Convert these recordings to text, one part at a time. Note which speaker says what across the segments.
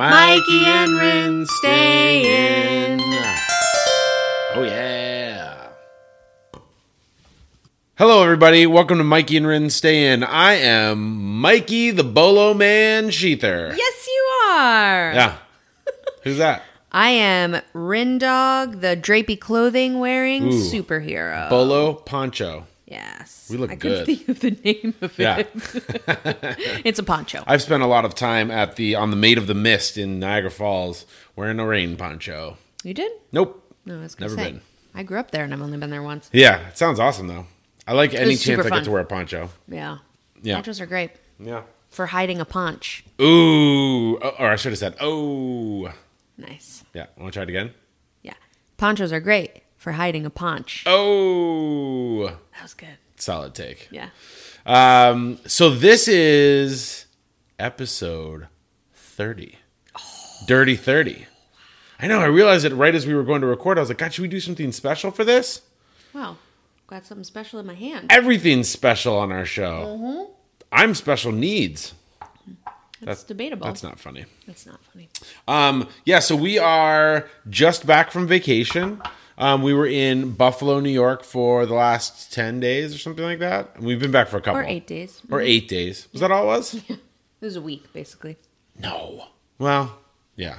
Speaker 1: Mikey and Rin stay in. Oh, yeah. Hello, everybody. Welcome to Mikey and Rin Stay In. I am Mikey the Bolo Man Sheether.
Speaker 2: Yes, you are.
Speaker 1: Yeah. Who's that?
Speaker 2: I am Rindog, the drapey clothing wearing
Speaker 1: Ooh.
Speaker 2: superhero.
Speaker 1: Bolo Poncho.
Speaker 2: yes.
Speaker 1: We look
Speaker 2: I
Speaker 1: good.
Speaker 2: couldn't think of the name of
Speaker 1: Yeah.
Speaker 2: it. it's a poncho.
Speaker 1: I've spent a lot of time at the on the Maid of the Mist in Niagara Falls wearing a rain poncho.
Speaker 2: you did?
Speaker 1: Nope.
Speaker 2: No, I was gonna
Speaker 1: Never
Speaker 2: say.
Speaker 1: been.
Speaker 2: I grew up there and I've only been there once.
Speaker 1: Yeah, it sounds awesome though. I like any
Speaker 2: was
Speaker 1: chance
Speaker 2: super
Speaker 1: I
Speaker 2: fun.
Speaker 1: get to wear a poncho.
Speaker 2: Yeah.
Speaker 1: Yeah.
Speaker 2: Ponchos are great
Speaker 1: Yeah.
Speaker 2: for hiding a paunch.
Speaker 1: Ooh, Oh, or I should have said, oh.
Speaker 2: Nice.
Speaker 1: Yeah, want to try it again?
Speaker 2: Yeah. Ponchos are great for hiding a paunch.
Speaker 1: Oh,
Speaker 2: That was good.
Speaker 1: solid take.
Speaker 2: Yeah.
Speaker 1: Um, so this is episode 30. Dirty 30. I know, I realized it right as we were going to record. I was like, God, should we do something special for this?
Speaker 2: Wow. Got something special in my hand.
Speaker 1: Everything's special on our show. I'm special needs.
Speaker 2: That's, debatable.
Speaker 1: That's not funny.
Speaker 2: That's not funny.
Speaker 1: Um, yeah, so we are just back from vacation. Um, we were in Buffalo, New York for the last 10 days or something like that. And we've been back for a couple.
Speaker 2: Or eight days. Mm-hmm.
Speaker 1: Or eight days. Was that all it was?
Speaker 2: It was a week, basically.
Speaker 1: No. Well, yeah.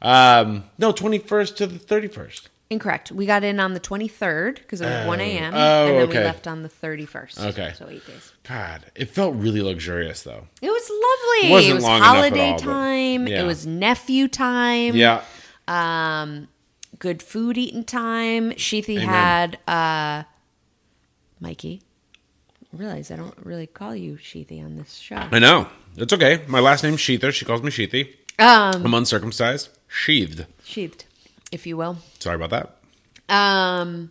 Speaker 1: Um, no, 21st to the 31st.
Speaker 2: Incorrect. We got in on the 23rd because it was 1 a.m.
Speaker 1: Oh,
Speaker 2: and then
Speaker 1: okay.
Speaker 2: we left on the 31st.
Speaker 1: Okay.
Speaker 2: So eight days.
Speaker 1: God, it felt really luxurious though.
Speaker 2: It was lovely.
Speaker 1: It wasn't
Speaker 2: was
Speaker 1: long enough at
Speaker 2: holiday
Speaker 1: all, but-
Speaker 2: time.
Speaker 1: yeah.
Speaker 2: It was nephew time.
Speaker 1: Yeah.
Speaker 2: Um, good food eating time. Sheathy
Speaker 1: Amen.
Speaker 2: had uh, Mikey. I realize I don't really call you Sheathy on this show.
Speaker 1: I know. It's okay. My last name's Sheether. She calls me Sheethy.
Speaker 2: Um,
Speaker 1: I'm uncircumcised. Sheathed.
Speaker 2: sheathed, if you will.
Speaker 1: Sorry about that.
Speaker 2: Um,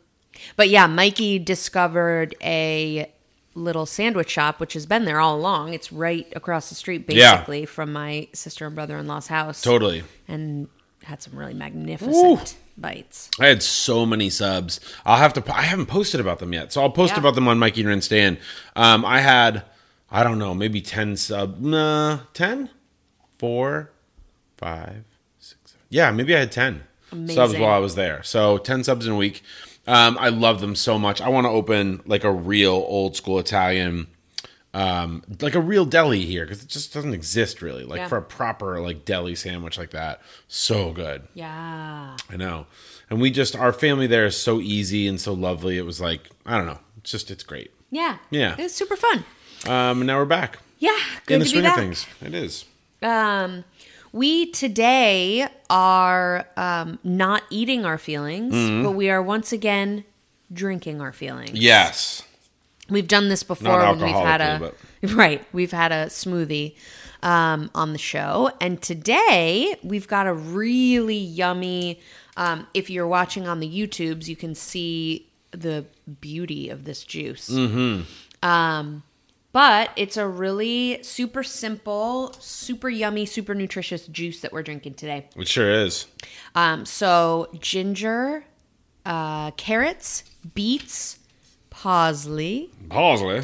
Speaker 2: but yeah, Mikey discovered a little sandwich shop, which has been there all along. It's right across the street,
Speaker 1: Yeah.
Speaker 2: basically, from my sister and brother in law's house.
Speaker 1: Totally.
Speaker 2: And had some really magnificent bites.
Speaker 1: I had so many subs. I'll have to. po- I haven't posted about them yet, so I'll post
Speaker 2: Yeah.
Speaker 1: about them on Mikey and Ren Stan. Um, I had, I don't know, maybe ten sub. Nah, ten, four, five, six. Seven. Yeah, maybe I had ten subs
Speaker 2: Amazing.
Speaker 1: while I was there. So ten subs in a week. Um, I love them so much. I want to open like a real old school Italian, um, like a real deli here because it just doesn't exist really. Like
Speaker 2: Yeah.
Speaker 1: for a proper like deli sandwich like that, so good.
Speaker 2: Yeah.
Speaker 1: I know. And we just our family there is so easy and so lovely. It was like I don't know. It's just it's great.
Speaker 2: Yeah.
Speaker 1: Yeah.
Speaker 2: It was super fun.
Speaker 1: Um, and now we're back
Speaker 2: Yeah. Good
Speaker 1: in the
Speaker 2: to be
Speaker 1: swing
Speaker 2: back.
Speaker 1: of things. It is.
Speaker 2: Um, we today are um, not eating our feelings,
Speaker 1: Mm-hmm.
Speaker 2: but we are once again drinking our feelings.
Speaker 1: Yes.
Speaker 2: We've done this before
Speaker 1: Not
Speaker 2: when we've had a
Speaker 1: alcoholically,
Speaker 2: right. We've had a smoothie um, on the show, and today we've got a really yummy. Um, if you're watching on the YouTubes, you can see the beauty of this juice. Um,
Speaker 1: Mm-hmm.
Speaker 2: but it's a really super simple, super yummy, super nutritious juice that we're drinking today.
Speaker 1: It sure is.
Speaker 2: Um, so ginger, uh, carrots, beets, parsley
Speaker 1: Bosley.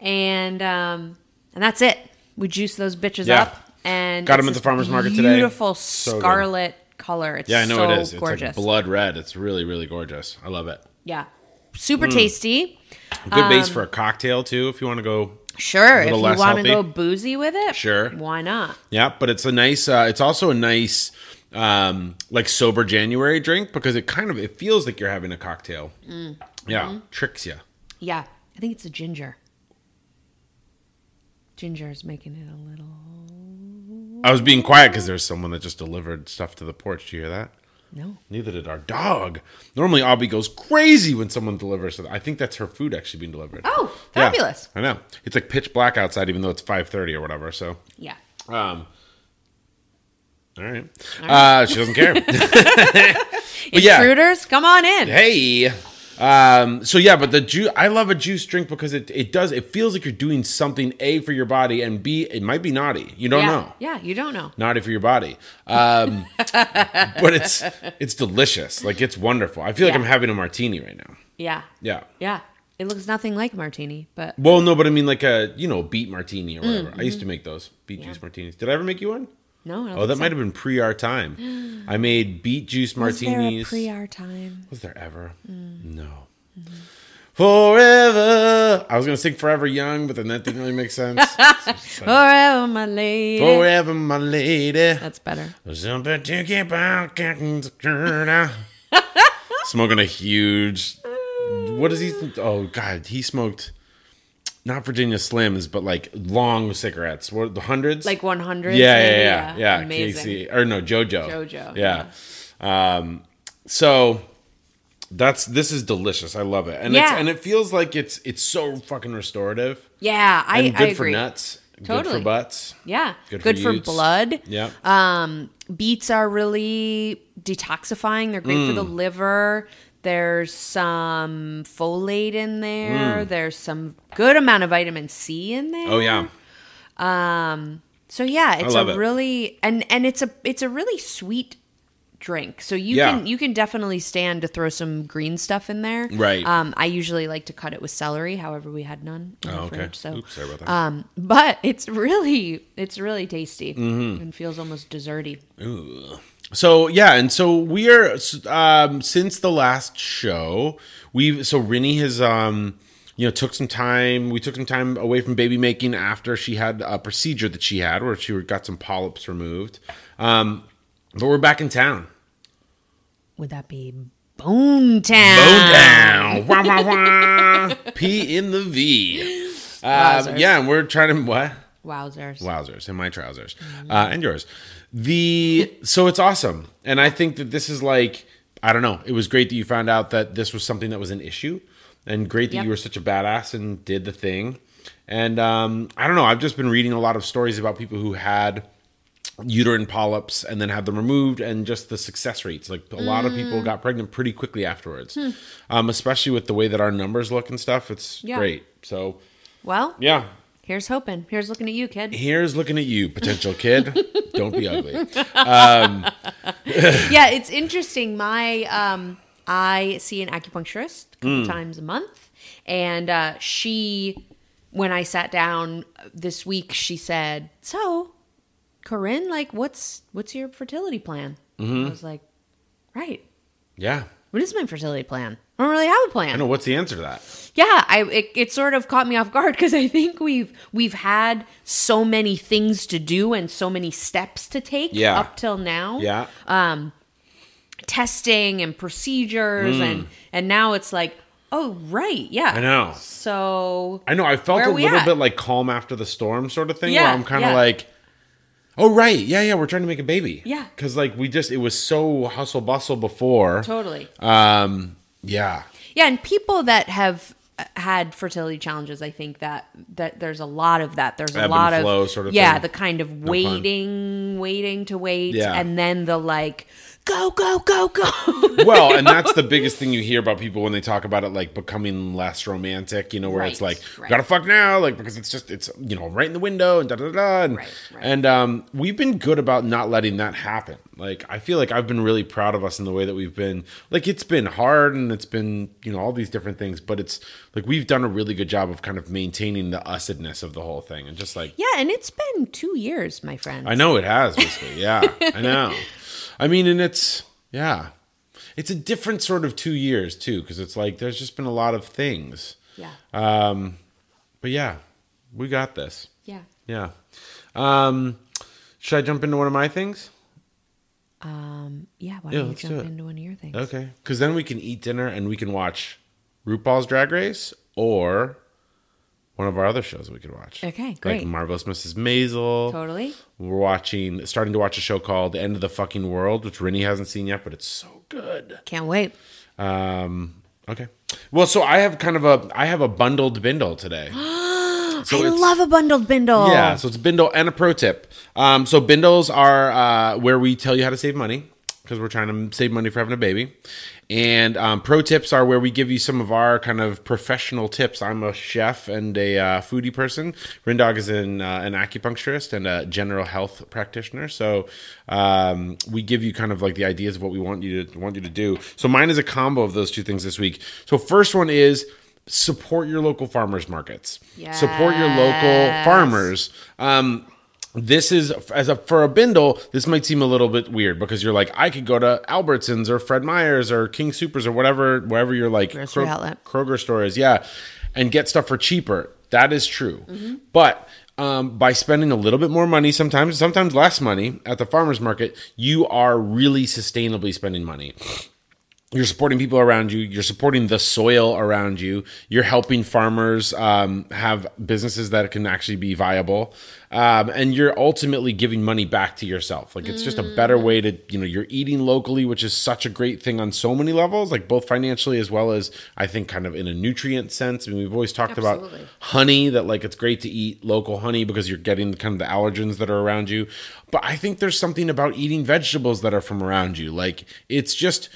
Speaker 2: and um, and that's it. We juice those bitches
Speaker 1: Yeah.
Speaker 2: up and
Speaker 1: Got 'em
Speaker 2: it's
Speaker 1: at the
Speaker 2: this
Speaker 1: farmer's market today.
Speaker 2: Beautiful
Speaker 1: So good.
Speaker 2: scarlet color. It's
Speaker 1: Yeah, I know
Speaker 2: so
Speaker 1: it is.
Speaker 2: Gorgeous.
Speaker 1: It's like blood red. It's really, really gorgeous. I love it.
Speaker 2: yeah, super
Speaker 1: Mm.
Speaker 2: tasty.
Speaker 1: Good base
Speaker 2: Um,
Speaker 1: for a cocktail too, if you want to go.
Speaker 2: Sure, if you
Speaker 1: little less
Speaker 2: want to
Speaker 1: healthy.
Speaker 2: go boozy with it,
Speaker 1: Sure.
Speaker 2: why not?
Speaker 1: Yeah, but it's a nice. Uh, it's also a nice, um, like sober January drink because it kind of it feels like you're having a cocktail.
Speaker 2: Mm.
Speaker 1: Yeah,
Speaker 2: Mm-hmm.
Speaker 1: tricks you.
Speaker 2: Yeah, I think it's the ginger. Ginger is making it a little.
Speaker 1: I was being quiet because there's someone that just delivered stuff to the porch. Do you hear that?
Speaker 2: No,
Speaker 1: Neither did our dog. Normally, Abby goes crazy when someone delivers. I think that's her food actually being delivered.
Speaker 2: Oh,
Speaker 1: Yeah,
Speaker 2: fabulous.
Speaker 1: I know it's like pitch black outside, even though it's five thirty or whatever. So,
Speaker 2: yeah,
Speaker 1: um, all right. Uh, she doesn't care. but yeah,
Speaker 2: intruders, come on in.
Speaker 1: hey. Um, so yeah, but the juice. I love a juice drink because it it does. It feels like you're doing something a for your body, and b it might be naughty. You don't
Speaker 2: yeah,
Speaker 1: know
Speaker 2: yeah, you don't know.
Speaker 1: naughty for your body. Um, but it's it's delicious. Like it's wonderful. I feel like
Speaker 2: Yeah.
Speaker 1: I'm having a martini right now.
Speaker 2: Yeah,
Speaker 1: Yeah.
Speaker 2: yeah. It looks nothing like martini, but
Speaker 1: Well, no, but I mean like a you know beet martini or whatever. I used to make those beet juice martinis. Did I ever make you one?
Speaker 2: No, Mm-hmm. I don't
Speaker 1: Oh, that might have been pre our time. I made beet juice martinis.
Speaker 2: pre our time.
Speaker 1: Was there ever?
Speaker 2: Mm.
Speaker 1: No.
Speaker 2: Mm-hmm.
Speaker 1: Forever. I was gonna sing "Forever Young," but then that didn't really make sense.
Speaker 2: Forever, my lady.
Speaker 1: Forever, my lady.
Speaker 2: That's better.
Speaker 1: Something to keep out, getting scared. Smoking a huge. What is he? Oh God, he smoked. Not Virginia Slims, but like long cigarettes. What the hundreds?
Speaker 2: Like 100.
Speaker 1: yeah, yeah, yeah, yeah.
Speaker 2: Amazing.
Speaker 1: Casey or no JoJo.
Speaker 2: JoJo,
Speaker 1: Yeah. Um, so that's this is delicious. I love it, and it's,
Speaker 2: Yeah.
Speaker 1: and it feels like it's it's so fucking restorative
Speaker 2: Yeah, I,
Speaker 1: and
Speaker 2: I
Speaker 1: good
Speaker 2: agree.
Speaker 1: for nuts, good
Speaker 2: Totally.
Speaker 1: for butts.
Speaker 2: Yeah.
Speaker 1: Good for
Speaker 2: Good, for,
Speaker 1: youths.
Speaker 2: blood.
Speaker 1: Yeah.
Speaker 2: Um, beets are really detoxifying. They're great for
Speaker 1: Mm.
Speaker 2: the liver. There's some folate in there. There's some good amount of vitamin C in there.
Speaker 1: Mm. oh yeah.
Speaker 2: So yeah, it's
Speaker 1: love
Speaker 2: a
Speaker 1: it.
Speaker 2: really and and it's a it's a really sweet drink. So you
Speaker 1: Yeah.
Speaker 2: can you can definitely stand to throw some green stuff in there.
Speaker 1: Right.
Speaker 2: Um, I usually like to cut it with celery. However, we had none in
Speaker 1: Oh,
Speaker 2: the
Speaker 1: okay.
Speaker 2: fridge. So
Speaker 1: Oops, sorry about that.
Speaker 2: Um, but it's really it's really tasty
Speaker 1: Mm-hmm.
Speaker 2: and feels almost desserty.
Speaker 1: So yeah, and so we are um, since the last show, we've so Rinny has um, you know took some time. We took some time away from baby making after she had a procedure that she had where she got some polyps removed. Um, but we're back in town.
Speaker 2: Would that be Bone Town?
Speaker 1: Bone down. wah, wah, wah. P in the V. Um,
Speaker 2: Wowzers.
Speaker 1: yeah, and we're trying to what.
Speaker 2: Wowzers!
Speaker 1: Wowzers, and my trousers,
Speaker 2: Mm-hmm.
Speaker 1: uh, and yours. The so it's awesome, and I think that this is like I don't know. It was great that you found out that this was something that was an issue, and great that
Speaker 2: Yep.
Speaker 1: you were such a badass and did the thing. And um, I don't know. I've just been reading a lot of stories about people who had uterine polyps and then had them removed and just the success rates like a lot of
Speaker 2: Mm.
Speaker 1: people got pregnant pretty quickly afterwards
Speaker 2: Hmm.
Speaker 1: um, especially with the way that our numbers look and stuff it's
Speaker 2: Yeah.
Speaker 1: great so
Speaker 2: Well,
Speaker 1: yeah
Speaker 2: here's hoping. Here's looking at you, kid.
Speaker 1: Here's looking at you, potential kid. Don't be ugly.
Speaker 2: yeah, it's interesting. My um, I see an acupuncturist a
Speaker 1: Hmm.
Speaker 2: couple times a month, and uh, she, when I sat down this week, she said, "So, Corinne, like, what's what's your fertility plan?"
Speaker 1: Mm-hmm.
Speaker 2: I was like, "Right,
Speaker 1: Yeah.
Speaker 2: what is my fertility plan? I don't really have a plan."
Speaker 1: I know what's the answer to that.
Speaker 2: yeah i it, it sort of caught me off guard because i think we've we've had so many things to do and so many steps to take
Speaker 1: Yeah.
Speaker 2: up till now
Speaker 1: Yeah.
Speaker 2: testing and procedures and and now it's like oh right yeah
Speaker 1: Mm. I know.
Speaker 2: so
Speaker 1: I know. I felt
Speaker 2: Where
Speaker 1: a
Speaker 2: are we
Speaker 1: little
Speaker 2: at?
Speaker 1: bit like calm after the storm sort of thing where
Speaker 2: Yeah,
Speaker 1: I'm kind of
Speaker 2: yeah.
Speaker 1: like, oh, right. Yeah, yeah. We're trying to make a baby.
Speaker 2: Yeah.
Speaker 1: Because like we just, it was so hustle bustle before.
Speaker 2: totally
Speaker 1: Um, yeah.
Speaker 2: yeah and people that have uh, had fertility challenges i think that that there's a lot of that there's
Speaker 1: Ebb
Speaker 2: a
Speaker 1: and
Speaker 2: lot of
Speaker 1: flow sort of
Speaker 2: yeah
Speaker 1: thing.
Speaker 2: the kind of
Speaker 1: pun.
Speaker 2: waiting waiting to wait
Speaker 1: Yeah.
Speaker 2: and then the like go go go go
Speaker 1: Well, and that's the biggest thing you hear about people when they talk about it, like becoming less romantic, you know, where it's
Speaker 2: Right,
Speaker 1: like,
Speaker 2: right.
Speaker 1: gotta fuck now, like, because it's just, it's, you know, right in the window and da da da. And,
Speaker 2: Right, right.
Speaker 1: and um, we've been good about not letting that happen. Like, I feel like I've been really proud of us in the way that we've been, like, it's been hard and it's been, you know, all these different things, but it's like we've done a really good job of kind of maintaining the usedness of the whole thing and just like,
Speaker 2: Yeah, and it's been two years, my friend.
Speaker 1: I know it has basically. Yeah, I know. I mean, and it's yeah, it's a different sort of two years too, because it's like there's just been a lot of things.
Speaker 2: Yeah.
Speaker 1: Uh, But yeah, we got this.
Speaker 2: yeah.
Speaker 1: Yeah. Um, should I jump into one of my things?
Speaker 2: Um, yeah, why
Speaker 1: Yeah,
Speaker 2: don't you
Speaker 1: let's do
Speaker 2: jump
Speaker 1: it.
Speaker 2: into one of your things?
Speaker 1: Okay, because then we can eat dinner and we can watch RuPaul's Drag Race or one of our other shows we could watch.
Speaker 2: Okay, great.
Speaker 1: Like Marvelous Mrs. Maisel.
Speaker 2: Totally.
Speaker 1: We're watching, starting to watch a show called The End of the Fucking World, which Rennie hasn't seen yet, but it's so good.
Speaker 2: Can't wait.
Speaker 1: Um, okay. Well, so I have kind of a I have a bundled bindle today. So
Speaker 2: I
Speaker 1: it's-
Speaker 2: love a bundled bindle.
Speaker 1: yeah, so it's bindle and a pro tip. Um, so bindles are uh, where we tell you how to save money because we're trying to save money for having a baby. And um, pro tips are where we give you some of our kind of professional tips. I'm a chef and a uh, foodie person. Rindog is an, uh, an acupuncturist and a general health practitioner. So um, we give you kind of like the ideas of what we want you to want you to do. So mine is a combo of those two things this week. So first one is support your local farmers markets. Support your local
Speaker 2: Yes.
Speaker 1: farmers. Um, this is as a for a bindle this might seem a little bit weird because you're like i could go to albertsons or fred meyer's or king supers or whatever wherever you're like
Speaker 2: Grocery outlet.
Speaker 1: kroger store is yeah and get stuff for cheaper that is true
Speaker 2: Mm-hmm.
Speaker 1: but um, by spending a little bit more money sometimes sometimes less money at the farmers market you are really sustainably spending money you're supporting people around you you're supporting the soil around you you're helping farmers um, have businesses that can actually be viable um, and you're ultimately giving money back to yourself like it's just a better way to you know you're eating locally which is such a great thing on so many levels like both financially as well as i think kind of in a nutrient sense i mean we've always talked
Speaker 2: Absolutely.
Speaker 1: about honey that like it's great to eat local honey because you're getting kind of the allergens that are around you but i think there's something about eating vegetables that are from around you like it's just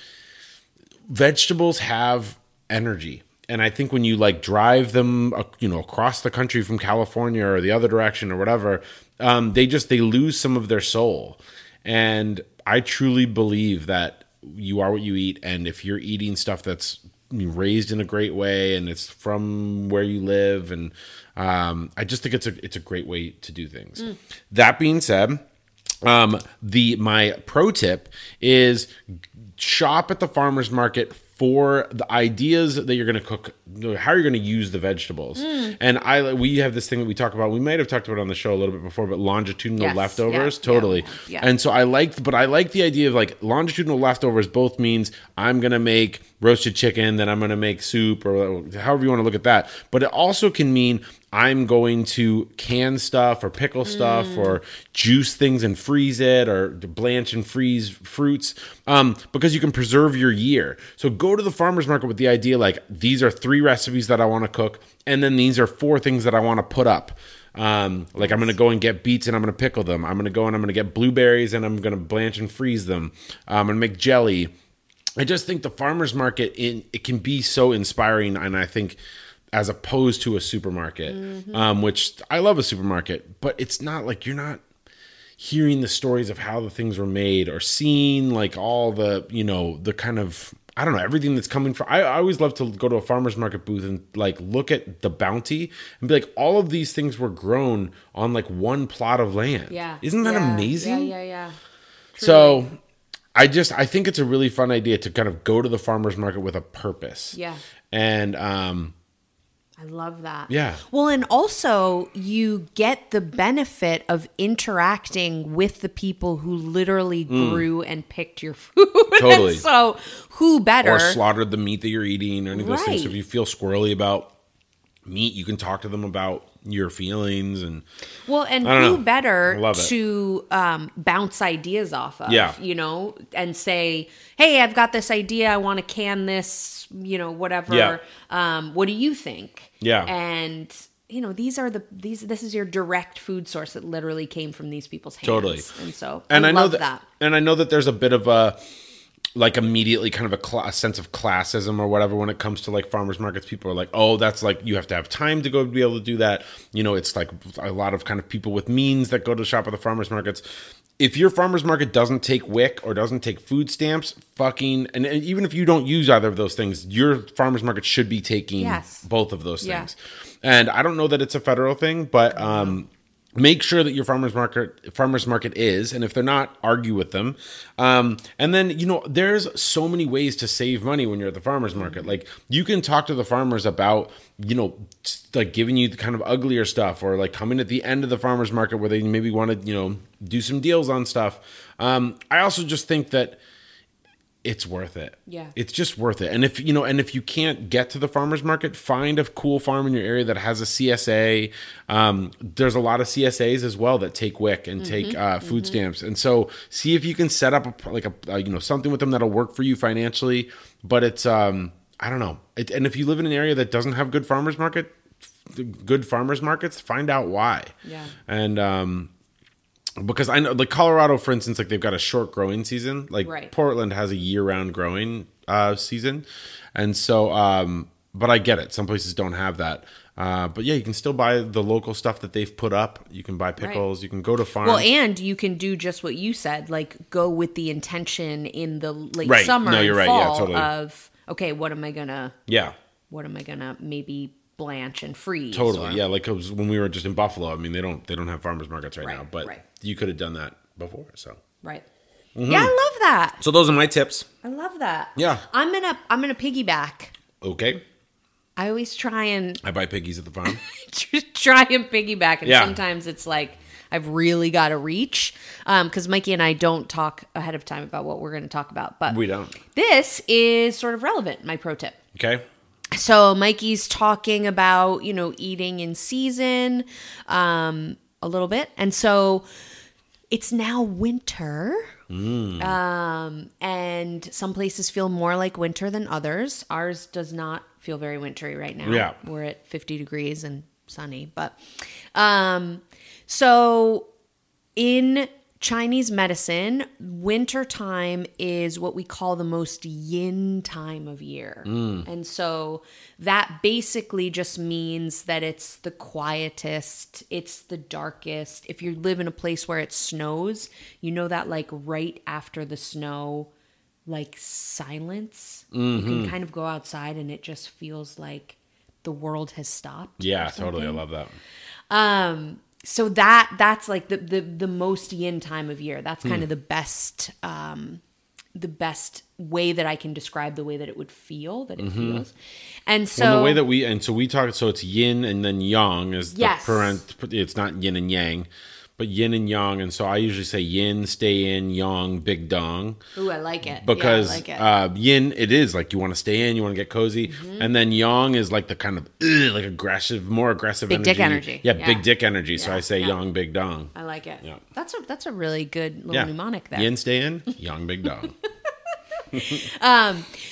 Speaker 1: vegetables have energy and i think when you like drive them uh, you know across the country from california or the other direction or whatever um, they just they lose some of their soul and i truly believe that you are what you eat and if you're eating stuff that's raised in a great way and it's from where you live and um, i just think it's a it's a great way to do things that being said um, the my pro tip is shop at the farmers market for the ideas that you're going to cook how you're going to use the vegetables
Speaker 2: Mm.
Speaker 1: and i we have this thing that we talk about we might have talked about it on the show a little bit before but longitudinal
Speaker 2: Yes,
Speaker 1: leftovers
Speaker 2: yeah,
Speaker 1: totally
Speaker 2: yeah, yeah.
Speaker 1: and so i liked but i like the idea of like longitudinal leftovers both means i'm going to make roasted chicken then i'm going to make soup or however you want to look at that but it also can mean I'm going to can stuff or pickle stuff or juice things and freeze it or blanch and freeze fruits um, because you can preserve your year. So go to the farmer's market with the idea like these are three recipes that I want to cook and then these are four things that I want to put up. Um, like I'm gonna go and get beets and I'm gonna pickle them. I'm gonna go and I'm gonna get blueberries and I'm gonna blanch and freeze them. I'm gonna make jelly. I just think the farmers market in it can be so inspiring, and I think as opposed to a supermarket, um, which I love a supermarket, but it's not like you're not hearing the stories of how the things were made or seeing like all the you know the kind of I don't know everything that's coming from. I, I always love to go to a farmers market booth and like look at the bounty and be like, all of these things were grown on like one plot of land.
Speaker 2: Yeah.
Speaker 1: isn't that
Speaker 2: Yeah,
Speaker 1: amazing?
Speaker 2: Yeah, yeah, yeah.
Speaker 1: So I just I think it's a really fun idea to kind of go to the farmers market with a purpose.
Speaker 2: Yeah.
Speaker 1: And um
Speaker 2: I love that.
Speaker 1: Yeah.
Speaker 2: Well, and also you get the benefit of interacting with the people who literally grew and picked your food. And
Speaker 1: Mm. Totally.
Speaker 2: so who better?
Speaker 1: or slaughtered the meat that you're eating or any of those things. So if
Speaker 2: Right.
Speaker 1: you feel squirrely about meat, you can talk to them about your feelings and
Speaker 2: Well, and
Speaker 1: I don't
Speaker 2: who
Speaker 1: know. I
Speaker 2: better
Speaker 1: love it.
Speaker 2: to um, bounce ideas off of?
Speaker 1: Yeah.
Speaker 2: You know, and say, hey, I've got this idea. I want to can this, you know, whatever.
Speaker 1: Yeah.
Speaker 2: Um, what do you think?
Speaker 1: Yeah.
Speaker 2: And, you know, these are the, these, this is your direct food source that literally came from these people's hands.
Speaker 1: Totally.
Speaker 2: And so,
Speaker 1: and I, know
Speaker 2: love
Speaker 1: that, and I know that there's a bit of a like immediately kind of a, cla a sense of classism or whatever when it comes to like farmers markets people are like oh that's like you have to have time to go to be able to do that you know it's like a lot of kind of people with means that go to shop at the farmers markets if your farmers market doesn't take wic or doesn't take food stamps fucking and, and even if you don't use either of those things your farmers market should be taking
Speaker 2: Yes.
Speaker 1: both of those
Speaker 2: Yeah.
Speaker 1: things and i don't know that it's a federal thing but um make sure that your farmers market farmers market is and if they're not argue with them um, and then you know there's so many ways to save money when you're at the farmers market like you can talk to the farmers about you know s- like giving you the kind of uglier stuff or like coming at the end of the farmers market where they maybe want to you know do some deals on stuff um, i also just think that it's worth it.
Speaker 2: Yeah.
Speaker 1: It's just worth it. And if you know, and if you can't get to the farmers market, find a cool farm in your area that has a CSA. Um, there's a lot of CSAs as well that take WIC
Speaker 2: Mm-hmm.
Speaker 1: and take uh, food stamps. And so see if you can set up a, pro- like a, uh you know something with them that'll work for you financially. But it's um I don't know. It, and if you live in an area that doesn't have good farmers market, good farmers markets, find out why.
Speaker 2: Yeah.
Speaker 1: And um because I know like Colorado, for instance, like they've got a short growing season. Like
Speaker 2: Right.
Speaker 1: Portland has a year round growing uh, season, and so um, but I get it. Some places don't have that. Uh, but yeah, you can still buy the local stuff that they've put up. You can buy pickles. You can go to farms.
Speaker 2: Well, and you can do just what you said, like go with the intention in the late
Speaker 1: Right.
Speaker 2: summer
Speaker 1: No, you're
Speaker 2: and
Speaker 1: right. Yeah,
Speaker 2: fall
Speaker 1: totally.
Speaker 2: of okay, what am I gonna,
Speaker 1: yeah,
Speaker 2: what am I gonna maybe blanch and freeze.
Speaker 1: Totally,
Speaker 2: or-
Speaker 1: yeah. Like 'cause when we were just in Buffalo, I mean, they don't they don't have farmers markets right,
Speaker 2: Right,
Speaker 1: now, but
Speaker 2: right.
Speaker 1: you could have done that before. So,
Speaker 2: Right. Yeah, I love that.
Speaker 1: so those are my tips.
Speaker 2: I love that.
Speaker 1: Mm-hmm. Yeah.
Speaker 2: I'm gonna I'm gonna piggyback.
Speaker 1: Okay,
Speaker 2: I always try and
Speaker 1: I buy piggies at the farm.
Speaker 2: try and piggyback, and
Speaker 1: Yeah.
Speaker 2: sometimes it's like I've really got to reach because Mikey and I don't talk ahead of time about what we're going to talk about. But
Speaker 1: we don't.
Speaker 2: this is sort of relevant. My pro tip.
Speaker 1: Okay,
Speaker 2: So Mikey's talking about, you know, eating in season um, a little bit. And so it's now winter. Um, and some places feel more like winter than others. Ours does not feel very wintry right now.
Speaker 1: Yeah.
Speaker 2: We're at 50 degrees and sunny. But um, so in Chinese medicine, winter time is what we call the most yin time of year.
Speaker 1: Mm.
Speaker 2: And so that basically just means that it's the quietest, it's the darkest. If you live in a place where it snows, you know that like right after the snow, like silence. You
Speaker 1: Mm-hmm.
Speaker 2: can kind of go outside and it just feels like the world has stopped. or
Speaker 1: yeah, totally. I love that.
Speaker 2: um so that that's like the the, the most yin time of year that's
Speaker 1: Hmm.
Speaker 2: kind of the best um the best way that i can describe the way that it would feel that it feels and so
Speaker 1: And Mm-hmm. the way that we and so we talk, so it's yin and then yang is the
Speaker 2: Yes.
Speaker 1: parent. It's not yin and yang, but yin and yang. And so I usually say yin, stay in, yang, big dong.
Speaker 2: ooh i like it
Speaker 1: because
Speaker 2: yeah, I like it.
Speaker 1: uh, yin it is like you want to stay in you want to get cozy
Speaker 2: Mm-hmm.
Speaker 1: and then yang is like the kind of ugh, like aggressive more aggressive
Speaker 2: Big
Speaker 1: energy.
Speaker 2: dick energy.
Speaker 1: Yeah,
Speaker 2: Yeah.
Speaker 1: big dick energy so i
Speaker 2: Yeah,
Speaker 1: say
Speaker 2: yeah.
Speaker 1: yang big dong
Speaker 2: I like it.
Speaker 1: yeah.
Speaker 2: That's a that's a really good little
Speaker 1: yeah
Speaker 2: mnemonic there.
Speaker 1: yin stay in yang big dong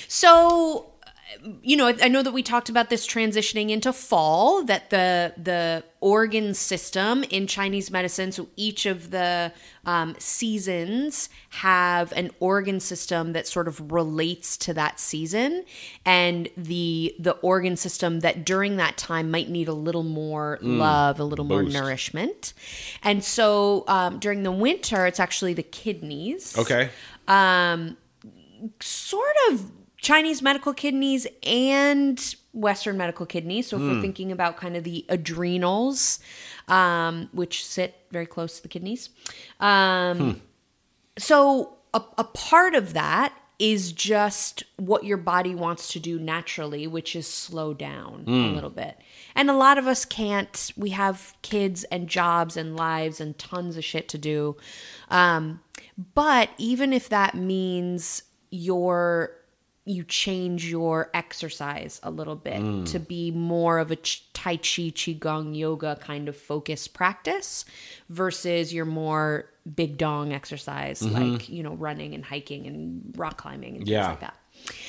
Speaker 2: So, uh, you know, I- I know that we talked about this transitioning into fall. That the the organ system in Chinese medicine, so each of the um, seasons have an organ system that sort of relates to that season, and the the organ system that during that time might need a little more love, a little
Speaker 1: Hmm. boost.
Speaker 2: more nourishment. And so, um, during the winter, it's actually the kidneys
Speaker 1: okay
Speaker 2: sort of Chinese medical kidneys and Western medical kidneys. So if we're thinking about kind of the adrenals, um, which sit very close to the kidneys. Um, So a, a part of that is just what your body wants to do naturally, which is slow down a little bit. And a lot of us can't. We have kids and jobs and lives and tons of shit to do. Um, but even if that means your you change your exercise a little bit to be more of a ch- tai chi qigong yoga kind of focused practice versus your more big dong exercise like you know running and hiking and rock climbing and things
Speaker 1: Yeah.
Speaker 2: like that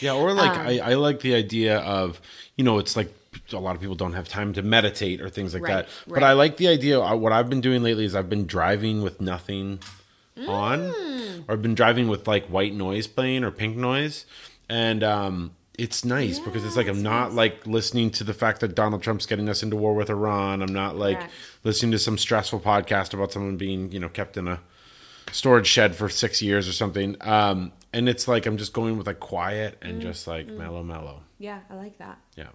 Speaker 1: Yeah, or like
Speaker 2: Um,
Speaker 1: I, I like the idea of you know it's like a lot of people don't have time to meditate or things like
Speaker 2: Right,
Speaker 1: that. But
Speaker 2: right.
Speaker 1: I like the idea. I- What I've been doing lately is I've been driving with nothing on,
Speaker 2: Mm.
Speaker 1: or I've been driving with like white noise playing or pink noise, and um, it's nice because it's like I'm not like listening to the fact that Donald Trump's getting us into war with Iran. I'm not like
Speaker 2: Correct.
Speaker 1: listening to some stressful podcast about someone being you know kept in a storage shed for six years or something. Um, and it's like I'm just going with like quiet
Speaker 2: Mm,
Speaker 1: and just like mellow, mellow.
Speaker 2: yeah i like that
Speaker 1: Yeah.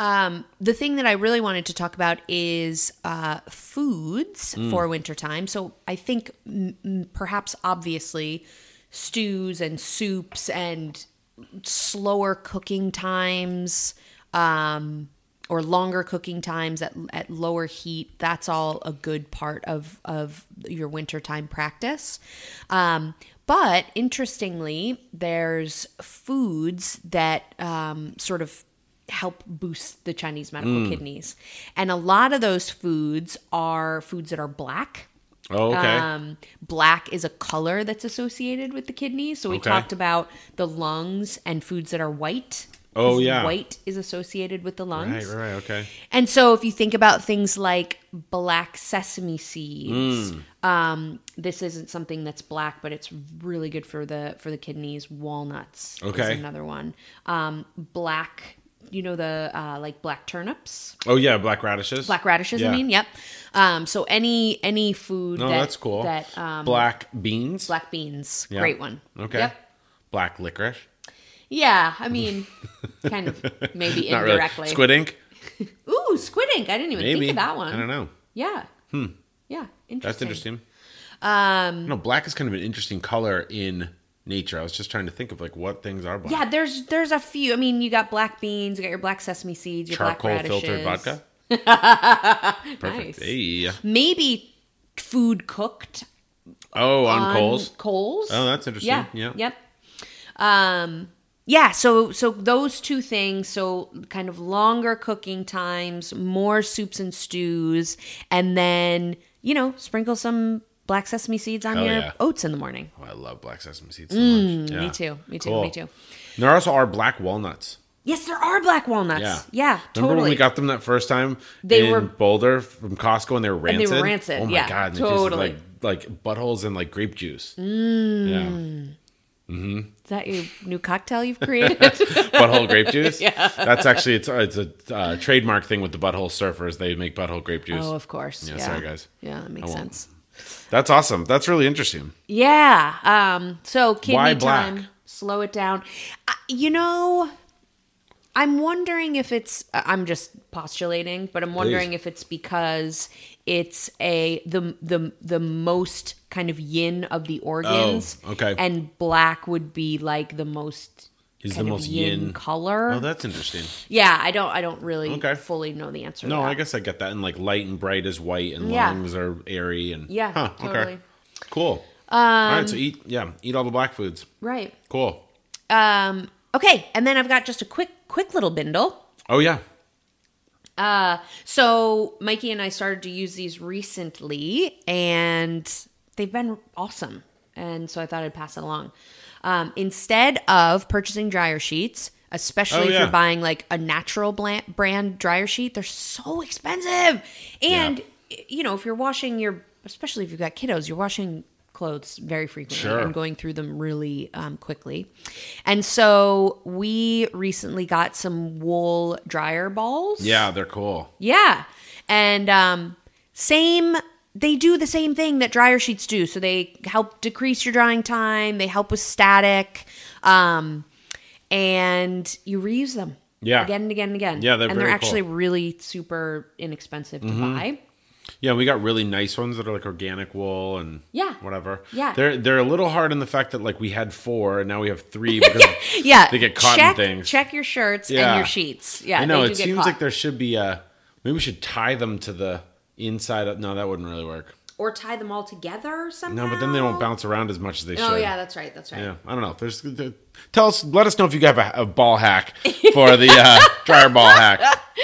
Speaker 2: Um, the thing that I really wanted to talk about is uh, foods for wintertime. So I think m- m- perhaps obviously stews and soups and slower cooking times um, or longer cooking times at, at lower heat. That's all a good part of, of your wintertime practice. Um, but interestingly, there's foods that um, sort of help boost the Chinese medical
Speaker 1: Mm.
Speaker 2: kidneys. And a lot of those foods are foods that are black.
Speaker 1: Oh, okay.
Speaker 2: Um, black is a color that's associated with the kidneys. So we
Speaker 1: Okay.
Speaker 2: talked about the lungs and foods that are white.
Speaker 1: Oh,
Speaker 2: 'cause
Speaker 1: yeah.
Speaker 2: White is associated with the
Speaker 1: right,
Speaker 2: lungs.
Speaker 1: right, right. Okay.
Speaker 2: And so if you think about things like black sesame seeds,
Speaker 1: Mm.
Speaker 2: um, this isn't something that's black, but it's really good for the for the kidneys. Walnuts
Speaker 1: Okay.
Speaker 2: is another one. Um, black, you know the uh, like black turnips,
Speaker 1: Oh, yeah. Black radishes.
Speaker 2: black radishes. I
Speaker 1: Yeah.
Speaker 2: mean, yep. Um, so any any food
Speaker 1: No,
Speaker 2: that,
Speaker 1: that's cool.
Speaker 2: that um, black,
Speaker 1: black beans.
Speaker 2: beans,
Speaker 1: Yeah.
Speaker 2: great one.
Speaker 1: Okay.
Speaker 2: Yep.
Speaker 1: Black licorice.
Speaker 2: Yeah, I mean, kind of maybe
Speaker 1: Not
Speaker 2: indirectly.
Speaker 1: really. Squid ink.
Speaker 2: Ooh, squid ink. I didn't even
Speaker 1: Maybe
Speaker 2: think of that one.
Speaker 1: I don't know.
Speaker 2: Yeah. Hmm. Yeah. Interesting.
Speaker 1: That's interesting. Um, no, black is kind of an interesting color in nature. I was just trying to think of like what things are black.
Speaker 2: Yeah, there's there's a few. I mean, you got black beans, you got your black sesame seeds, your
Speaker 1: Charcoal
Speaker 2: black radishes.
Speaker 1: filtered vodka. Perfect.
Speaker 2: Nice.
Speaker 1: Hey.
Speaker 2: Maybe food cooked
Speaker 1: Oh, on,
Speaker 2: on
Speaker 1: coals.
Speaker 2: Coals.
Speaker 1: Oh, that's interesting.
Speaker 2: Yeah.
Speaker 1: Yeah.
Speaker 2: Yep. Um yeah, so so those two things, so kind of longer cooking times, more soups and stews, and then, you know, sprinkle some black sesame seeds on
Speaker 1: Hell
Speaker 2: your
Speaker 1: yeah.
Speaker 2: oats in the morning.
Speaker 1: Oh, I love black sesame seeds so much. Yeah.
Speaker 2: Mm, Me too. Me too.
Speaker 1: Cool.
Speaker 2: Me too.
Speaker 1: There also are black walnuts.
Speaker 2: Yes, there are black walnuts.
Speaker 1: Yeah.
Speaker 2: Yeah.
Speaker 1: Remember
Speaker 2: totally.
Speaker 1: when we got them that first time
Speaker 2: They
Speaker 1: in
Speaker 2: were-
Speaker 1: Boulder from Costco and they were rancid?
Speaker 2: they were rancid,
Speaker 1: Oh my
Speaker 2: yeah,
Speaker 1: god, and
Speaker 2: totally.
Speaker 1: they tasted like like buttholes and like grape juice.
Speaker 2: Mm.
Speaker 1: Yeah.
Speaker 2: Is that your new cocktail you've created?
Speaker 1: Butthole grape juice. yeah. That's actually it's it's a uh, trademark thing with the butthole surfers. They make butthole grape juice.
Speaker 2: oh, of course.
Speaker 1: Yeah,
Speaker 2: Yeah,
Speaker 1: sorry, guys.
Speaker 2: Yeah, that makes
Speaker 1: won't.
Speaker 2: sense.
Speaker 1: That's awesome. That's really interesting.
Speaker 2: Yeah. Um. So kidney
Speaker 1: Why black?
Speaker 2: time. Slow it down. I, you know, I'm wondering if it's. I- I'm just postulating, but I'm wondering if it's because it's a the the the most kind of yin of the organs.
Speaker 1: Oh, okay.
Speaker 2: And black would be like the most.
Speaker 1: Is
Speaker 2: kind
Speaker 1: the
Speaker 2: of
Speaker 1: most
Speaker 2: yin,
Speaker 1: yin.
Speaker 2: color.
Speaker 1: Oh, that's interesting.
Speaker 2: yeah, I don't. I don't really
Speaker 1: Okay.
Speaker 2: fully know the answer.
Speaker 1: No,
Speaker 2: to that.
Speaker 1: I guess I get that. And like light and bright is white, and
Speaker 2: Yeah.
Speaker 1: lungs are airy, and
Speaker 2: Yeah,
Speaker 1: Huh, Okay,
Speaker 2: totally. Um,
Speaker 1: cool. all right, so eat yeah, eat all the black foods.
Speaker 2: right.
Speaker 1: Cool.
Speaker 2: Um, okay, and then I've got just a quick, quick little bindle.
Speaker 1: Oh yeah,
Speaker 2: So Mikey and I started to use these recently, and they've been awesome. And so I thought I'd pass it along. Um, instead of purchasing dryer sheets, especially
Speaker 1: Oh,
Speaker 2: if
Speaker 1: yeah.
Speaker 2: you're buying like a natural blan- brand dryer sheet, they're so expensive. And you know, if you're washing your, especially if you've got kiddos, you're washing clothes very frequently
Speaker 1: Sure.
Speaker 2: and going through them really um, quickly. And so we recently got some wool dryer balls.
Speaker 1: yeah, they're cool.
Speaker 2: Yeah. And um, same, they do the same thing that dryer sheets do. So they help decrease your drying time, they help with static, um, and you reuse them.
Speaker 1: Yeah.
Speaker 2: Again and again and again.
Speaker 1: Yeah, they're
Speaker 2: And they're
Speaker 1: very Mm-hmm.
Speaker 2: actually really super inexpensive to buy.
Speaker 1: Yeah, we got really nice ones that are like organic wool and
Speaker 2: Yeah.
Speaker 1: whatever.
Speaker 2: Yeah.
Speaker 1: they're they're a little hard in the fact that like we had four and now we have three because
Speaker 2: Yeah.
Speaker 1: They get cotton
Speaker 2: check,
Speaker 1: things.
Speaker 2: Check your shirts
Speaker 1: Yeah.
Speaker 2: and your sheets. Yeah.
Speaker 1: I know
Speaker 2: they do
Speaker 1: it
Speaker 2: get
Speaker 1: seems
Speaker 2: caught.
Speaker 1: like there should be a maybe we should tie them to the inside. Of, no, that wouldn't really work.
Speaker 2: Or tie them all together somehow.
Speaker 1: No, but then they don't bounce around as much as they should.
Speaker 2: Oh, yeah, that's right. That's right.
Speaker 1: Yeah, I don't know. There's there- tell us, let us know if you have a, a ball hack for the uh, dryer ball hack.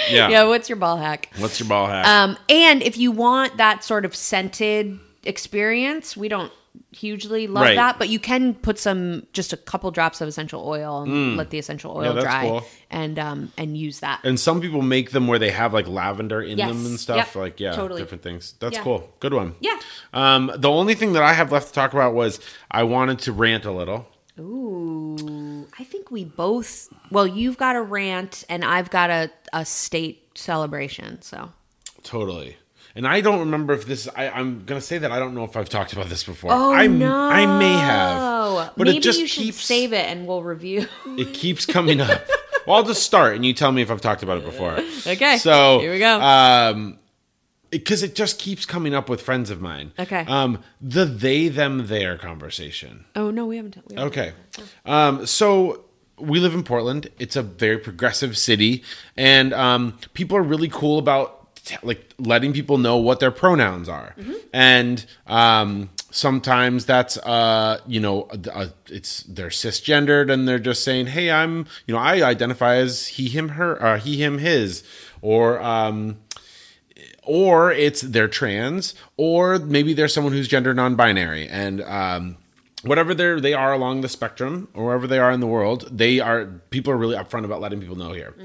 Speaker 1: Yeah.
Speaker 2: yeah, what's your ball hack?
Speaker 1: What's your ball hack?
Speaker 2: Um, and if you want that sort of scented experience, we don't hugely love
Speaker 1: Right.
Speaker 2: that, but you can put some just a couple drops of essential oil and let the essential oil
Speaker 1: Mm. that's
Speaker 2: dry
Speaker 1: cool.
Speaker 2: and um and use that.
Speaker 1: and some people make them where they have like lavender in
Speaker 2: Yes.
Speaker 1: them and stuff,
Speaker 2: Yep.
Speaker 1: like yeah,
Speaker 2: Totally.
Speaker 1: different things. That's
Speaker 2: Yeah.
Speaker 1: cool. Good one.
Speaker 2: Yeah.
Speaker 1: Um, the only thing that I have left to talk about was I wanted to rant a little.
Speaker 2: Ooh. I think we both well, you've got a rant and I've got a, a state celebration, so
Speaker 1: Totally. And I don't remember if this. I, I'm gonna say that I don't know if I've talked about this before.
Speaker 2: Oh
Speaker 1: I,
Speaker 2: no!
Speaker 1: I may have, but
Speaker 2: Oh, Maybe
Speaker 1: it just
Speaker 2: you should
Speaker 1: keeps
Speaker 2: save it, and we'll review.
Speaker 1: It keeps coming up. well, I'll just start, and you tell me if I've talked about it before.
Speaker 2: Okay,
Speaker 1: So
Speaker 2: here we go.
Speaker 1: Um, because it just keeps coming up with friends of mine.
Speaker 2: Okay.
Speaker 1: Um, the they them there conversation.
Speaker 2: oh no, we haven't. We haven't
Speaker 1: Okay. Um, so we live in Portland. It's a very progressive city, and um, people are really cool about t- like letting people know what their pronouns are, and um, sometimes that's uh, you know a- a- it's they're cisgendered and they're just saying, hey, I'm you know I identify as he, him, her, uh, he, him, his, or um, or it's they're trans, or maybe they're someone who's gender non-binary, and um, whatever they they are along the spectrum, or wherever they are in the world, they are people are really upfront about letting people know here.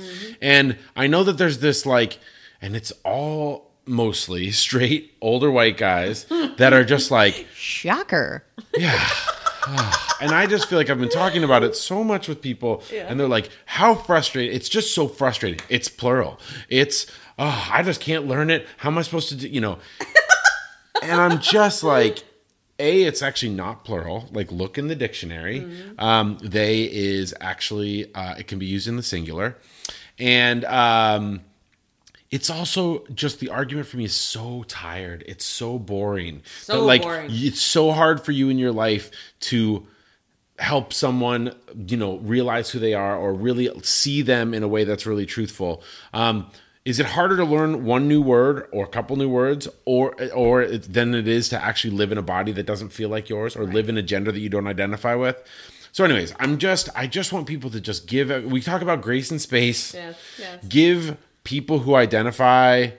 Speaker 1: And I know that there's this like, and it's all mostly straight older white guys that are just like
Speaker 2: Shocker.
Speaker 1: and I just feel like I've been talking about it so much with people, and they're like, "How frustrating!" It's just so frustrating. It's plural. It's oh, I just can't learn it. How am I supposed to do? You know, and I'm just like, a, it's actually not plural. Like, look in the dictionary.
Speaker 3: Mm-hmm.
Speaker 1: Um, they is actually uh, it can be used in the singular, and um, It's also just the argument for me is so tired. It's so boring.
Speaker 3: So
Speaker 1: That, like
Speaker 3: boring.
Speaker 1: y- it's so hard for you in your life to help someone, you know, realize who they are or really see them in a way that's really truthful. Um, is it harder to learn one new word or a couple new words or or it, than it is to actually live in a body that doesn't feel like yours or live in a gender that you don't identify with? So anyways, I'm just I just want people to just give we talk about grace and space
Speaker 3: Yes, yes.
Speaker 1: give people who identify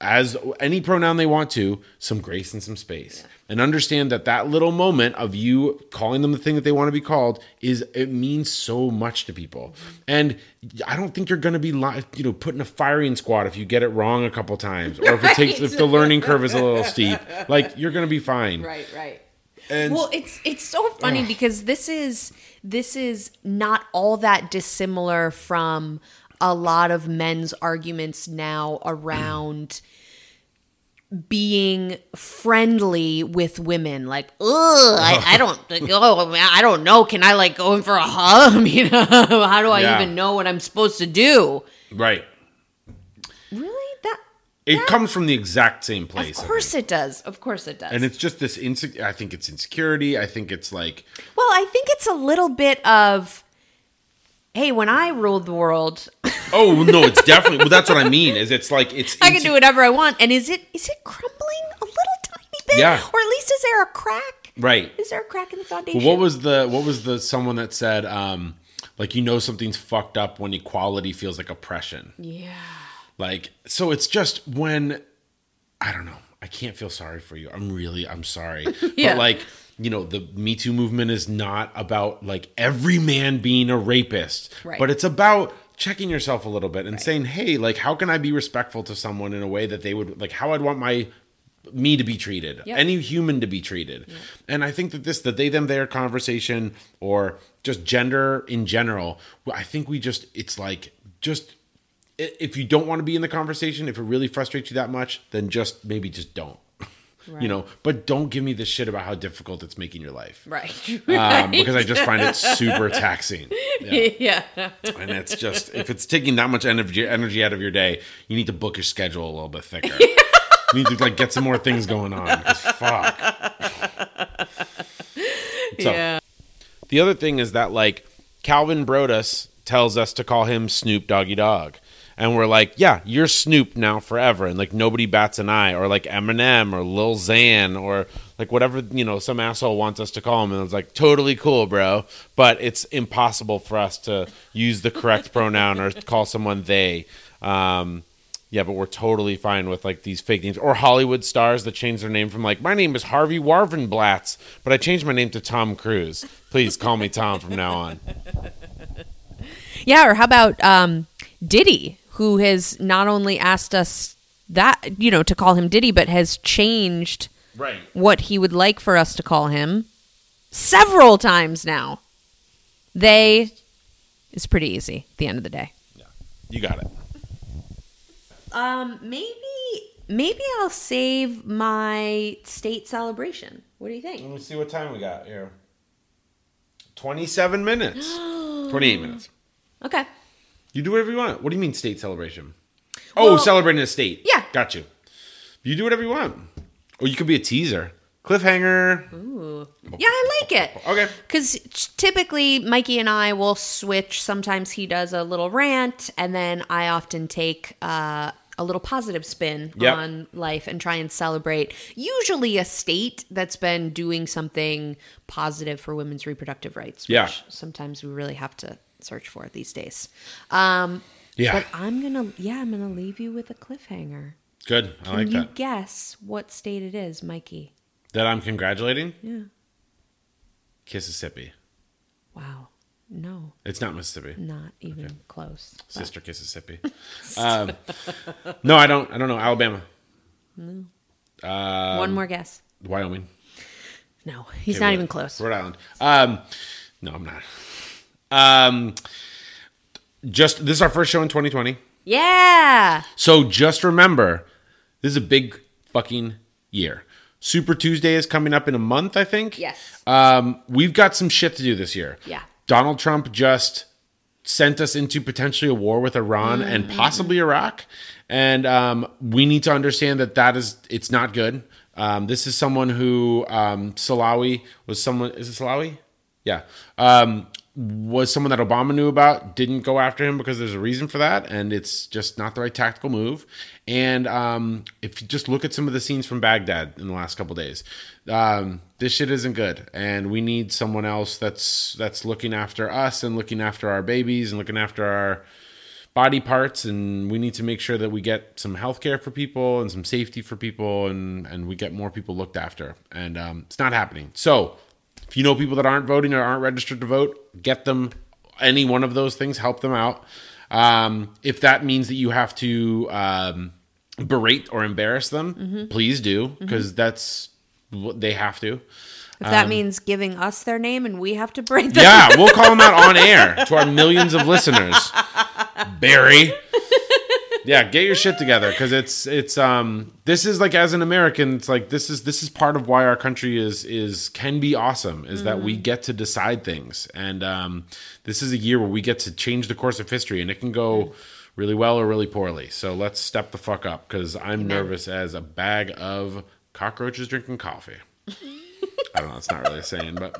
Speaker 1: as any pronoun they want to some grace and some space and understand that that little moment of you calling them the thing that they want to be called is it means so much to people
Speaker 2: Mm-hmm.
Speaker 1: and i don't think you're going to be li- you know put in a firing squad if you get it wrong a couple times or if it takes if the learning curve is a little steep like you're going to be fine
Speaker 3: Right, right.
Speaker 1: and
Speaker 2: Well, it's it's so funny because this is this is not all that dissimilar from a lot of men's arguments now around being friendly with women. Like, ugh, I, I don't, like, oh, I don't know. Can I like go in for a hug? You know, how do I
Speaker 1: Yeah.
Speaker 2: even know what I'm supposed to do?
Speaker 1: right
Speaker 2: Really? That
Speaker 1: it comes from the exact same place
Speaker 2: of
Speaker 1: I think.
Speaker 2: course it does. Of course it does.
Speaker 1: and it's just this insec- i think it's insecurity i think it's like
Speaker 2: Well, I think it's a little bit of, hey, when I ruled the world,
Speaker 1: Oh no, it's definitely. well, that's what I mean. Is it's like it's.
Speaker 2: I can do whatever I want. And is it is it crumbling a little tiny bit?
Speaker 1: Yeah.
Speaker 2: Or at least is there a crack?
Speaker 1: Right.
Speaker 2: Is there a crack in the foundation?
Speaker 1: Well, what was the what was the someone that said um like you know something's fucked up when equality feels like oppression.
Speaker 3: Yeah.
Speaker 1: Like so it's just when I don't know. I can't feel sorry for you. I'm really I'm sorry.
Speaker 2: Yeah.
Speaker 1: But like you know the Me Too movement is not about like every man being a rapist,
Speaker 3: Right.
Speaker 1: but it's about checking yourself a little bit and saying, "Hey, like how can I be respectful to someone in a way that they would like how I'd want my me to be treated,
Speaker 3: Yep.
Speaker 1: any human to be treated. And I think that this, the they, them, their conversation or just gender in general, well, I think we just, it's like, just i- if you don't want to be in the conversation, if it really frustrates you that much, then just maybe just don't. You know, but don't give me this shit about how difficult it's making your life.
Speaker 3: Right.
Speaker 1: Um, because I just find it super taxing. Yeah.
Speaker 3: yeah.
Speaker 1: And it's just, if it's taking that much energy, energy out of your day, you need to book your schedule a little bit thicker. you need to like get some more things going on. 'cause fuck. So
Speaker 3: Yeah.
Speaker 1: the other thing is that like Calvin Brodus tells us to call him Snoop Doggy Dog. And we're like, yeah, you're Snoop now forever. And like nobody bats an eye, or like Eminem or Lil Xan or like whatever, you know, some asshole wants us to call him. And it's like, totally cool, bro. But it's impossible for us to use the correct pronoun or call someone they. Um, yeah, but we're totally fine with like these fake names or Hollywood stars that change their name from like my name is Harvey Warvenblatz, but I changed my name to Tom Cruise. Please call me Tom from now on.
Speaker 2: Yeah, or how about um, Diddy, who has not only asked us that, you know, to call him Diddy, but has changed
Speaker 1: Right.
Speaker 2: what he would like for us to call him several times now. They is pretty easy at the end of the day.
Speaker 1: You got it.
Speaker 2: Um, maybe maybe I'll save my state celebration. What do you think?
Speaker 1: Let me see what time we got here. 27 minutes. 28 minutes.
Speaker 2: Okay.
Speaker 1: You do whatever you want. What do you mean state celebration? Oh,
Speaker 2: Well-
Speaker 1: celebrating a state.
Speaker 2: Yeah.
Speaker 1: Got you. You do whatever you want. Or you could be a teaser. Cliffhanger.
Speaker 2: Ooh. Yeah, I like it.
Speaker 1: Okay.
Speaker 2: Because typically, Mikey and I will switch. Sometimes he does a little rant, and then I often take uh, a little positive spin
Speaker 1: Yep.
Speaker 2: on life and try and celebrate. Usually, a state that's been doing something positive for women's reproductive rights.
Speaker 1: Yeah.
Speaker 2: Which sometimes we really have to search for these days. Um,
Speaker 1: Yeah.
Speaker 2: But I'm gonna, yeah, I'm gonna leave you with a cliffhanger.
Speaker 1: Good. I
Speaker 2: Can
Speaker 1: like
Speaker 2: you
Speaker 1: that.
Speaker 2: guess what state it is, Mikey?
Speaker 1: That I'm congratulating?
Speaker 2: Yeah.
Speaker 1: Kississippi.
Speaker 2: Wow. No,
Speaker 1: It's not Mississippi.
Speaker 2: not even close.
Speaker 1: Sister Mississippi. um, no, I don't. I don't know. Alabama,
Speaker 2: One more guess.
Speaker 1: Wyoming.
Speaker 2: No,
Speaker 1: um,
Speaker 2: he's
Speaker 1: Okay,
Speaker 2: not
Speaker 1: Rhode-
Speaker 2: even close.
Speaker 1: Rhode Island. Um, no, I'm not. Um, just this is our first show in 2020.
Speaker 2: Yeah.
Speaker 1: So just remember, this is a big fucking year. Super Tuesday is coming up in a month, I think.
Speaker 2: Yes.
Speaker 1: Um, we've got some shit to do this year.
Speaker 2: Yeah.
Speaker 1: Donald Trump just sent us into potentially a war with Iran and possibly Iraq. And um, we need to understand that that is it's not good. Um, this is someone who um, Salawi was someone. Is it Salawi? Yeah. Um, was someone that Obama knew about, didn't go after him because there's a reason for that, and it's just not the right tactical move. And um, if you just look at some of the scenes from Baghdad in the last couple days, um, this shit isn't good, and we need someone else that's that's looking after us and looking after our babies and looking after our body parts and we need to make sure that we get some health care for people and some safety for people and and we get more people looked after and um, it's not happening so if you know people that aren't voting or aren't registered to vote get them any one of those things help them out um, if that means that you have to um, berate or embarrass them please do because that's what they have to
Speaker 2: If that means giving us their name and we have to break
Speaker 1: Um,
Speaker 2: them.
Speaker 1: yeah, we'll call him out on air to our millions of listeners. Barry. Yeah, get your shit together cuz it's it's um this is like as an American, it's like this is this is part of why our country is is can be awesome is that we get to decide things. And um this is a year where we get to change the course of history and it can go really well or really poorly. So let's step the fuck up cuz I'm nervous as a bag of cockroaches drinking coffee. I don't know, it's not really a saying, but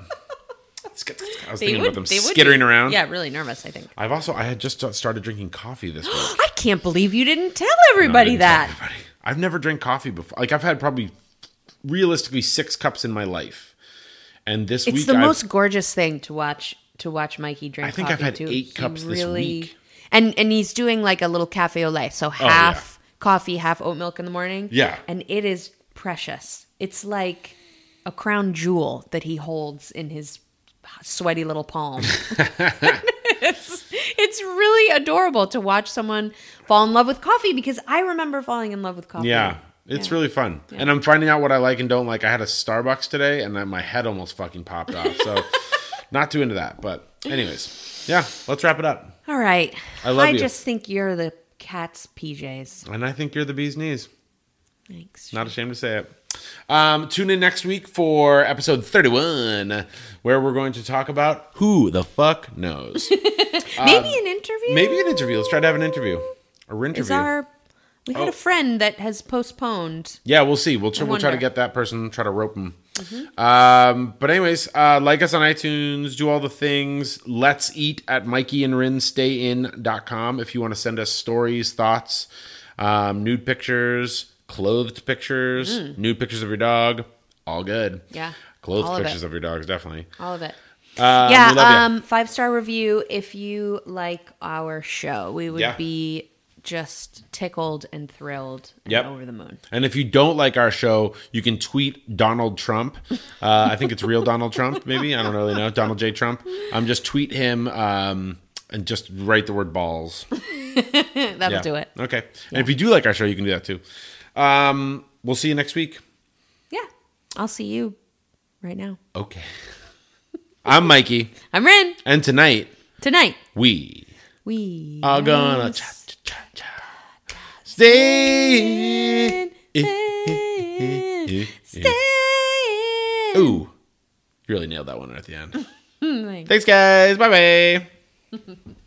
Speaker 1: I was thinking about them
Speaker 2: they would
Speaker 1: skittering
Speaker 2: be-
Speaker 1: around.
Speaker 2: Yeah, really nervous, I think.
Speaker 1: I've also I had just st- started drinking coffee this week.
Speaker 2: I can't believe you didn't tell
Speaker 1: No, I
Speaker 2: everybody
Speaker 1: didn't tell
Speaker 2: that.
Speaker 1: everybody. I've never drank coffee before. Like I've had probably realistically six cups in my life, and this
Speaker 2: It's
Speaker 1: week
Speaker 2: the
Speaker 1: I've-
Speaker 2: most gorgeous thing to watch to watch Mikey drink.
Speaker 1: I think I've
Speaker 2: coffee,
Speaker 1: had
Speaker 2: too.
Speaker 1: eight
Speaker 2: He
Speaker 1: cups this week. Oh,
Speaker 2: And and he's doing like a little cafe au lait, so
Speaker 1: yeah.
Speaker 2: half coffee, half oat milk in the morning.
Speaker 1: Yeah.
Speaker 2: and it is precious. It's like a crown jewel that he holds in his sweaty little palm. it's it's really adorable to watch someone fall in love with coffee because I remember falling in love with coffee.
Speaker 1: yeah. It's
Speaker 2: Yeah.
Speaker 1: really fun, and I'm finding out what I like and don't like. I had a Starbucks today, and I, my head almost fucking popped off. So, not too into that. But, anyways, yeah, let's wrap it up.
Speaker 2: All right.
Speaker 1: I love
Speaker 2: I
Speaker 1: you.
Speaker 2: just think you're the cat's PJs.
Speaker 1: And I think you're the bee's knees.
Speaker 2: Thanks.
Speaker 1: Not ashamed to say it. Um, tune in next week for episode 31, where we're going to talk about who the fuck knows.
Speaker 2: Maybe an interview.
Speaker 1: Um, Maybe an interview. Let's try to have an interview. Or
Speaker 2: is
Speaker 1: interview. Oh.
Speaker 2: our. We had a friend that has postponed.
Speaker 1: Yeah, we'll see. We'll, tr- we'll try to
Speaker 2: wonder. Mm-hmm.
Speaker 1: get that person, try to rope them. Um, but anyways, uh, like us on iTunes, do all the things. Let's eat at Mikey and Rin com if you want to send us stories, thoughts, um, nude pictures, clothed pictures, nude pictures of your dog. All good.
Speaker 2: Mm. Yeah.
Speaker 1: Clothed
Speaker 2: All of
Speaker 1: pictures
Speaker 2: it.
Speaker 1: of your dogs, definitely.
Speaker 2: All of it.
Speaker 1: Um, we love
Speaker 2: yeah.
Speaker 1: ya.
Speaker 2: Um. Five star review if you like our show. We would
Speaker 1: Yeah.
Speaker 2: be just tickled and thrilled and
Speaker 1: Yep.
Speaker 2: over the moon.
Speaker 1: And if you don't like our show, you can tweet Donald Trump. Uh, I think it's real Donald Trump, maybe. I don't really know. Donald J. Trump. Um, just tweet him um, and just write the word balls.
Speaker 2: That'll
Speaker 1: Yeah.
Speaker 2: do it.
Speaker 1: Okay. And if you do like our show, you can do that too. Um, we'll see you next week.
Speaker 2: Yeah. I'll see you right now.
Speaker 1: Okay. I'm Mikey.
Speaker 2: I'm Rin.
Speaker 1: And tonight,
Speaker 2: Tonight
Speaker 1: we
Speaker 2: we
Speaker 1: are going to stay.
Speaker 2: stay.
Speaker 1: Ooh. You really nailed that one at the end.
Speaker 2: Thanks.
Speaker 1: Thanks, guys. Bye bye.